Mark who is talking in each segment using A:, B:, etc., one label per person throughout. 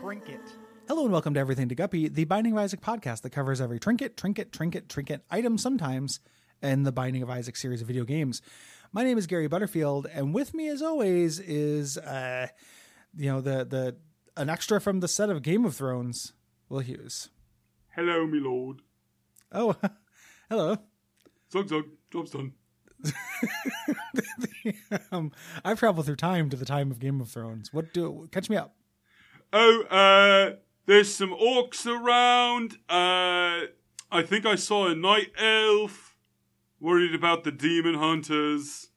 A: trinket.
B: Hello and welcome to Everything to Guppy, the Binding of Isaac podcast that covers every trinket, trinket, trinket, trinket item sometimes in the Binding of Isaac series of video games. My name is Gary Butterfield, and with me, as always, is uh, you know the the an extra from the set of Game of Thrones, Will Hughes.
C: Hello, my lord.
B: Oh, hello.
C: Zug zug, job's done.
B: um, I've traveled through time to the time of Game of Thrones. What do catch me up?
C: Oh, uh, there's some orcs around. Uh, I think I saw a night elf. Worried about the demon hunters.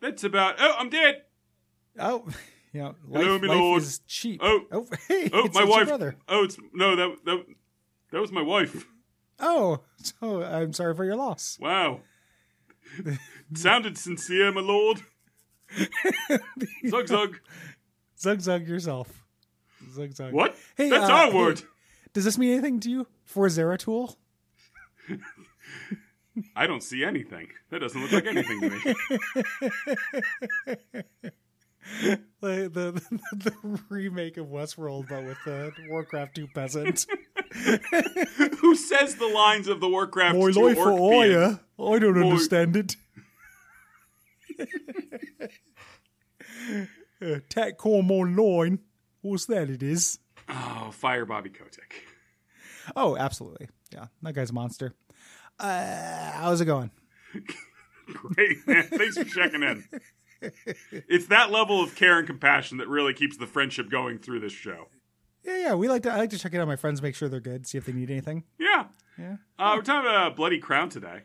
C: That's about. Oh, I'm dead.
B: Oh, you know, life,
C: Hello, me
B: life
C: lord.
B: is cheap.
C: Oh.
B: hey,
C: Oh,
B: it's, it's
C: my
B: Your
C: wife.
B: brother.
C: Oh, it's no that that that was my wife.
B: Oh, so I'm sorry for your loss.
C: Wow. Sounded sincere, my lord. Zug zug.
B: Zug zug yourself. Zug zug.
C: What?
B: Hey,
C: That's
B: uh,
C: our
B: hey.
C: word.
B: Does this mean anything to you for Zeratul?
C: I don't see anything. That doesn't look like anything to me.
B: The, the, the, remake of Westworld, but with the Warcraft 2 peasant.
C: Who says the lines of the Warcraft 2 orc being-
B: eh? I don't
C: Moi-
B: understand it. uh, Tatcom Online. What's that it is?
C: Oh, fire Bobby Kotick.
B: Oh, absolutely. Yeah, that guy's a monster. Uh, how's it going?
C: Great, man. Thanks for checking in. It's that level of care and compassion that really keeps the friendship going through this show.
B: Yeah, yeah. We like to. I like to check in on my friends, make sure they're good, see if they need anything.
C: Yeah.
B: Yeah.
C: Uh, we're talking about Bloody Crown today.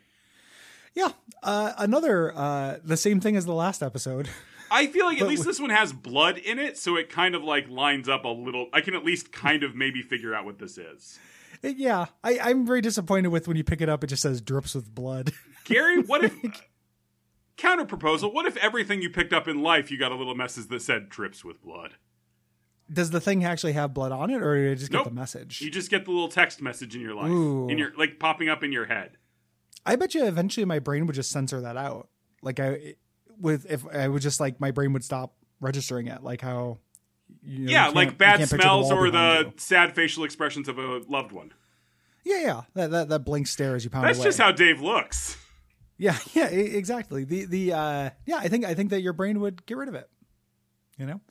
B: Yeah. Uh, another. Uh, the same thing as the last episode.
C: I feel like at least this one has blood in it, so it kind of like lines up a little. I can at least kind of maybe figure out what this is.
B: yeah, I, I'm very disappointed with when you pick it up. It just says drips with blood.
C: Gary, what if counter proposal? What if everything you picked up in life you got a little message that said drips with blood?
B: Does the thing actually have blood on it, or did it just get
C: Nope.
B: the message?
C: You just get the little text message in your life,
B: Ooh.
C: in your like popping up in your head.
B: I bet you eventually my brain would just censor that out. Like I with if I would just like my brain would stop registering it, like how. You know,
C: yeah,
B: you can't-
C: like
B: you
C: bad
B: can't picture
C: smells
B: wall
C: or
B: behind
C: the sad facial expressions of a loved one.
B: you. yeah, yeah, that, that that blank stare as you pound
C: That's
B: away.
C: just how Dave looks.
B: Yeah, yeah, e- exactly. The the uh yeah, I think I think that your brain would get rid of it. You know?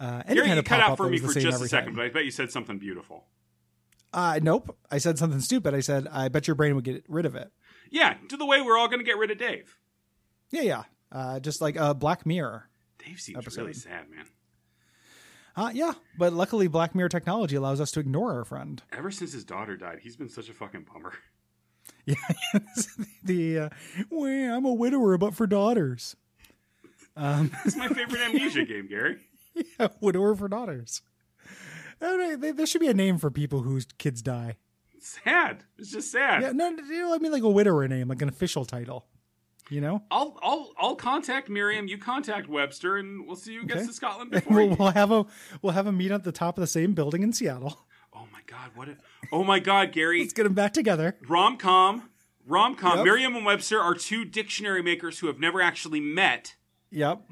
B: Uh any
C: You're
B: kind
C: you
B: of
C: cut
B: pop-up
C: out for
B: that
C: me
B: was the
C: for
B: same
C: just a
B: every
C: second,
B: time.
C: but I bet you said something beautiful.
B: Uh nope. I said something stupid. I said I bet your brain would get rid of it.
C: Yeah, to the way we're all going to get rid of Dave.
B: Yeah, yeah. Uh just like a Black Mirror.
C: Dave seems
B: Episode.
C: really sad, man.
B: Uh yeah, but luckily Black Mirror technology allows us to ignore our friend.
C: Ever since his daughter died, he's been such a fucking bummer.
B: Yeah. the uh well, I'm a widower but for daughters. Um
C: It's my favorite amnesia game, Gary.
B: yeah, widower for daughters. I don't know, there- there should be a name for people whose kids die.
C: It's sad. It's just sad.
B: Yeah, no, no, you know, I mean like a widower name, like an official title. You know,
C: I'll I'll I'll contact Miriam. You contact Webster, and we'll see who gets
B: Okay.
C: to Scotland before.
B: we'll,
C: you.
B: we'll have a we'll have a meet at the top of the same building in Seattle.
C: Oh my god! What? A, oh my god, Gary.
B: Let's get them back together.
C: rom com, rom com.
B: Yep.
C: Merriam and Webster are two dictionary makers who have never actually met.
B: Yep.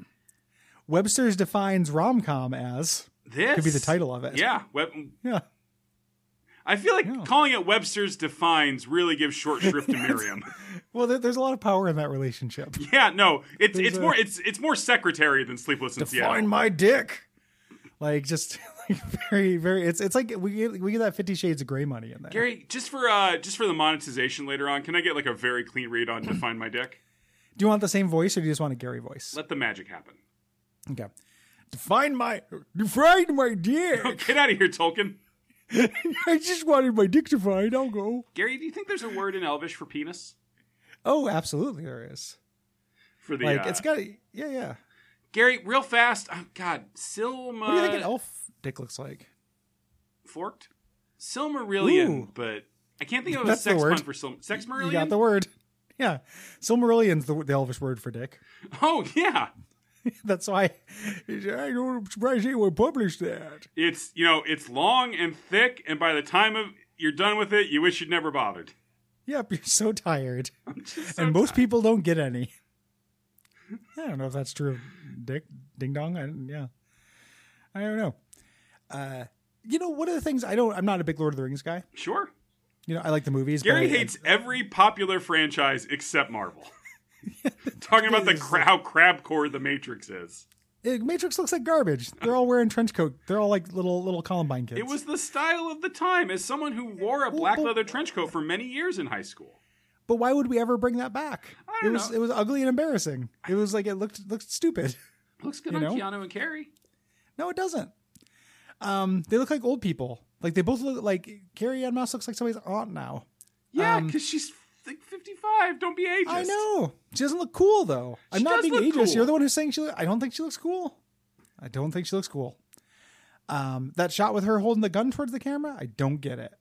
B: Webster's defines rom com as
C: This
B: could be the title of it.
C: Yeah, Web-
B: Yeah.
C: I feel like
B: Yeah.
C: calling it Webster's defines really gives short shrift to Merriam.
B: Well, there, there's a lot of power in that relationship.
C: yeah, no, it's
B: There's
C: it's
B: a-
C: more it's it's more secretary than Sleepless in
B: Define
C: Seattle.
B: my dick. Like just like very very. It's it's like we get, we get that Fifty Shades of Grey money in there.
C: Gary, just for uh just for the monetization later on, can I get like a very clean read on define my dick?
B: Do you want the same voice or do you just want a Gary voice?
C: Let the magic happen.
B: okay. Define my define my dick.
C: Get out of here, Tolkien.
B: I just wanted my dick defined. I'll go.
C: Gary, do you think there's a word in Elvish for penis?
B: Oh, absolutely, there is.
C: For the
B: like,
C: uh,
B: it's got. Yeah, yeah.
C: Gary, real fast. Oh, God, Silma.
B: What do you think an elf dick looks like?
C: forked Silmarillion,
B: Ooh.
C: but I can't think of a
B: That's the
C: sex
B: word.
C: pun for Silm- Sexmarillion.
B: You got the word. Yeah, Silmarillion's the, the Elvish word for dick.
C: oh yeah,
B: That's why I don't I'm surprised anyone published that.
C: it's you know it's long and thick, and by the time of you're done with it, you wish you'd never bothered.
B: Yep, you're so tired,
C: I'm just so
B: and most people don't get any. I don't know if that's true. of Dick, ding dong. I, yeah, I don't know. Uh, you know, one of the things I don't, I'm not a big Lord of the Rings guy.
C: Sure.
B: You know, I like the movies.
C: Gary
B: but I-
C: hates every popular franchise except Marvel. Talking about the
B: It's
C: cra- how crab core the Matrix is.
B: Eh, Matrix looks like garbage. They're all wearing trench coat. They're all like little little Columbine kids.
C: It was the style of the time as someone who wore a black leather trench coat for many years in high school.
B: but why would we ever bring that back?
C: don't
B: it was
C: know.
B: it was ugly and embarrassing. It was like it looked looked stupid.
C: Looks good
B: You
C: on
B: know? Um,
C: Keanu and Carrie.
B: No, it doesn't. Um, they look like old people. Like they both look like Carrie Ann Moss looks like somebody's aunt now.
C: Yeah,
B: Um,
C: because she's like 55. Don't be ageist.
B: I know she doesn't look cool though. I'm
C: She
B: not
C: does
B: being
C: look
B: ageist.
C: cool.
B: You're the one who's saying she. Look, I don't think she looks cool. I don't think she looks cool. Um, that shot with her holding the gun towards the camera, I don't get it.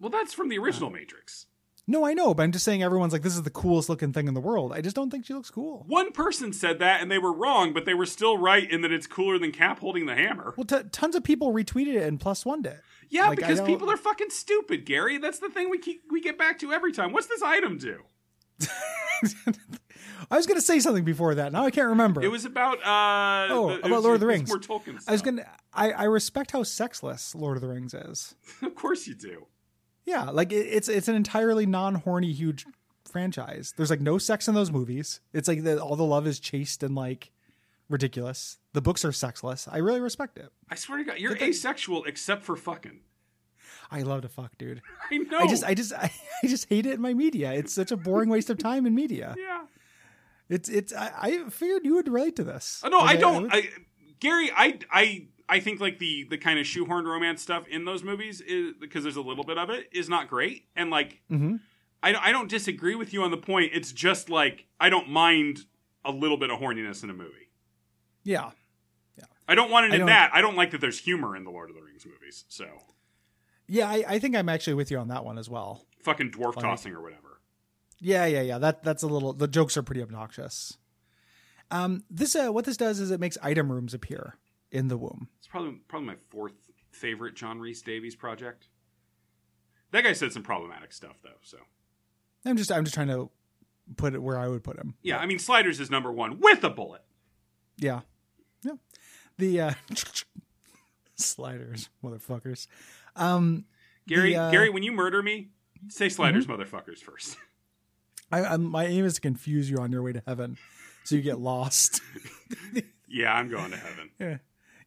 C: Well, that's from the
B: Oh.
C: original Matrix.
B: No, I know, but I'm just saying everyone's like, this is the coolest looking thing in the world. I just don't think she looks cool.
C: One person said that and they were wrong, but they were still right in that it's cooler than Cap holding the hammer.
B: Well, t- tons of people retweeted it and plus one it.
C: yeah,
B: like, I
C: because
B: don't-
C: people are fucking stupid, Gary. That's the thing we keep we get back to every time. What's this item do?
B: I was going to say something before that. Now I can't remember.
C: It was about uh
B: Oh,
C: the- it
B: about
C: was-
B: Lord of the
C: it was
B: Rings.
C: More Tolkien
B: I was
C: stuff.
B: going to. I I respect how sexless Lord of the Rings is.
C: Of course you do.
B: Yeah, like it, it's it's an entirely non horny huge franchise. There's like no sex in those movies. It's like the, all the love is chaste and like ridiculous. The books are sexless. I really respect it.
C: I swear to God, you're
B: Did they-
C: asexual except for fucking.
B: I love to fuck, dude.
C: I know.
B: I just I just I, just hate it in my media. It's such a boring waste of time in media.
C: yeah.
B: It's it's I, I figured you would relate to this.
C: Oh, no,
B: Like,
C: I don't.
B: would-
C: I, Gary, I, I, I think like the the kind of shoehorned romance stuff in those movies is because there's a little bit of it is not great, and like
B: Mhm.
C: I, don't- I don't disagree with you on the point. It's just like I don't mind a little bit of horniness in a movie.
B: Yeah.
C: I don't want it
B: I
C: in
B: don't-
C: that. I don't like that there's humor in the Lord of the Rings movies. So
B: Yeah, I, I think I'm actually with you on that one as well.
C: fucking dwarf
B: Funny.
C: tossing or whatever.
B: Yeah, yeah, yeah. That that's a little the jokes are pretty obnoxious. Um this uh what this does is it makes item rooms appear in the womb.
C: It's probably probably my fourth favorite John Reese Davies project. That guy said some problematic stuff though. So
B: I'm just I'm just trying to put it where I would put him.
C: yeah, I mean Sliders is number one with a bullet.
B: Yeah. Yeah. The uh sliders, motherfuckers. Um
C: Gary,
B: The, uh, Mm-hmm.
C: Gary, when you murder me, say sliders, motherfuckers first.
B: I, i my aim is to confuse you on your way to heaven, so you get lost.
C: yeah, I'm going to heaven.
B: yeah,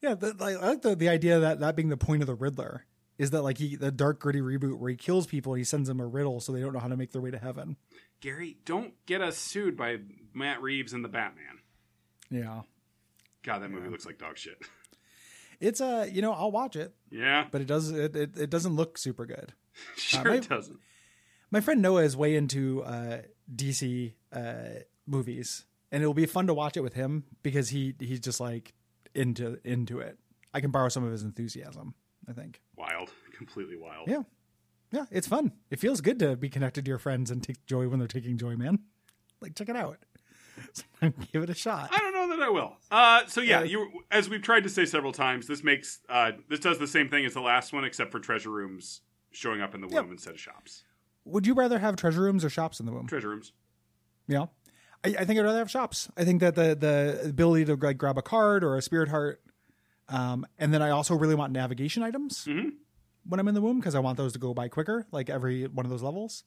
B: yeah. The, like, I like the, the idea that that being the point of the Riddler is that like he the dark gritty reboot where he kills people and he sends them a riddle so they don't know how to make their way to heaven.
C: Gary, don't get us sued by Matt Reeves and the Batman.
B: Yeah,
C: God, that movie looks like dog shit.
B: it's uh, you know I'll watch it,
C: yeah,
B: but it does it it, it doesn't look super good.
C: sure
B: my-
C: doesn't.
B: My friend Noah is way into uh, DC uh, movies, and it'll be fun to watch it with him because he he's just like into into it. I can borrow some of his enthusiasm. I think.
C: Wild, completely wild.
B: Yeah. Yeah, it's fun. It feels good to be connected to your friends and take joy when they're taking joy, man. Like, check it out. Give it a shot.
C: I don't know that I will. Uh, so yeah,
B: Uh,
C: you as we've tried to say several times, this makes uh, this does the same thing as the last one, except for treasure rooms showing up in the
B: Yep.
C: womb instead of shops.
B: Would you rather have treasure rooms or shops in the womb?
C: Treasure rooms.
B: Yeah. I, I think I'd rather have shops. I think that the the ability to like grab a card or a spirit heart, um, and then I also really want navigation items
C: Mhm.
B: when I'm in the womb because I want those to go by quicker, like every one of those levels.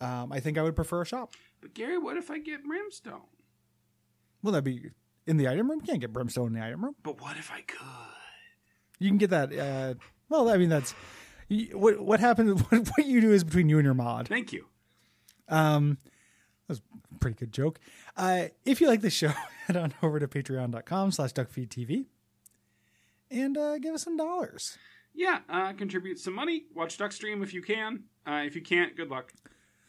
B: Um, I think I would prefer a shop.
C: But Gary, what if I get brimstone?
B: Well, that'd be in the item room. You can't get brimstone in the item room.
C: But what if I could?
B: You can get that. Uh, well, I mean, that's you- what what happens. What, what you do is between you and your mod.
C: Thank you.
B: Um, that was a pretty good joke. Uh, if you like this show, head on over to patreon.com slash duckfeedtv and uh, give us some dollars.
C: Yeah, uh, contribute some money. Watch Duckstream if you can. Uh, if you can't, good luck.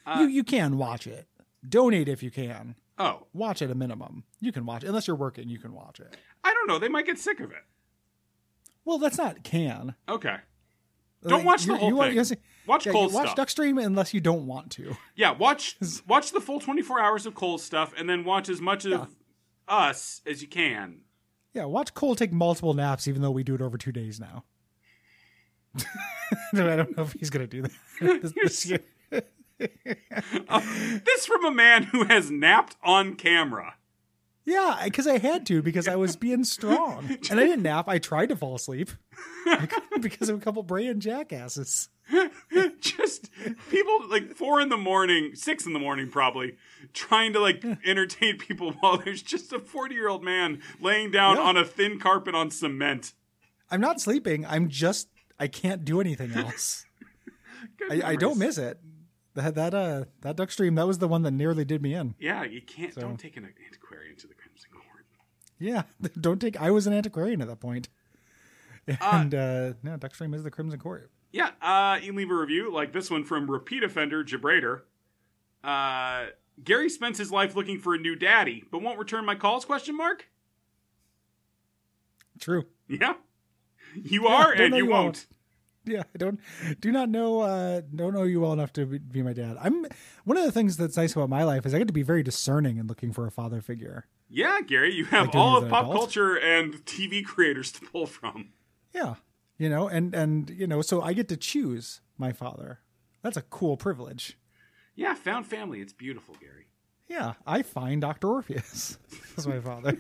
C: Uh,
B: you you can watch it. Donate if you can.
C: Oh,
B: Watch it a minimum. You can watch it. Unless you're working, you can watch it.
C: I don't know. They might get sick of it.
B: Well, that's not can.
C: Okay. Don't watch the
B: Uh, you-
C: whole
B: you want-
C: thing.
B: you see-
C: Watch
B: yeah, you
C: Cole's
B: watch
C: stuff.
B: Duckstream unless you don't want to.
C: yeah, watch watch the full 24 hours of Cole's stuff and then watch as much of us as you can.
B: Yeah, watch Cole take multiple naps, even though we do it over two days now. No, I don't know if he's gonna do that this, this year.
C: Oh, This from a man who has napped on camera.
B: Yeah, because I had to because I was being strong and I didn't nap. I tried to fall asleep I couldn't because of a couple braying jackasses.
C: just people like four in the morning, six in the morning, probably trying to like entertain people while there's just a 40 year old man laying down
B: Yeah.
C: on a thin carpet on cement.
B: I'm not sleeping. I'm just I can't do anything else.
C: Good
B: I, I don't miss
C: memories.
B: it. That that uh that duck stream that was the one that nearly did me in.
C: Yeah, you can't.
B: So-
C: Don't take an antiquarian to the Crimson Court.
B: Yeah, don't take. I was an antiquarian at that point. And uh, no, duck stream is the Crimson Court.
C: Yeah, uh, you can leave a review like this one from repeat offender Gibrader. Uh, Gary spends his life looking for a new daddy, but won't return my calls? Question mark.
B: True.
C: Yeah, you are,
B: don't
C: and
B: know
C: you
B: you all.
C: won't.
B: Yeah, I don't do not know uh don't know you well enough to be- be my dad. I'm one of the things that's nice about my life is I get to be very discerning in looking for a father figure.
C: Yeah, Gary, you have
B: Like doing as
C: all of
B: an
C: pop
B: adult?
C: culture and TV creators to pull from.
B: Yeah. You know, and and you know, so I get to choose my father. That's a cool privilege.
C: Yeah, found family. It's beautiful, Gary.
B: Yeah, I find Dr. Orpheus as my father.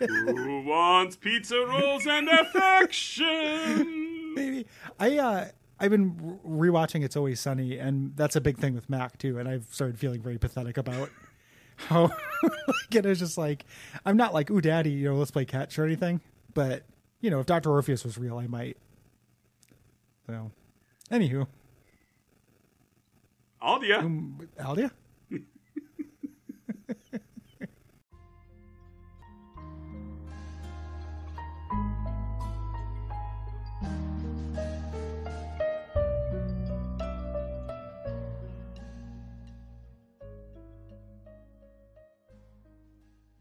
C: Who wants pizza rolls and affection?
B: Maybe I uh I've been re- rewatching It's Always Sunny and that's a big thing with Mac too and I've started feeling very pathetic about how like, it was just like I'm not like ooh daddy, you know, let's play catch or anything, but you know, if Dr. Orpheus was real, I might. So, anywho,
C: Aldia.
B: um, Aldia?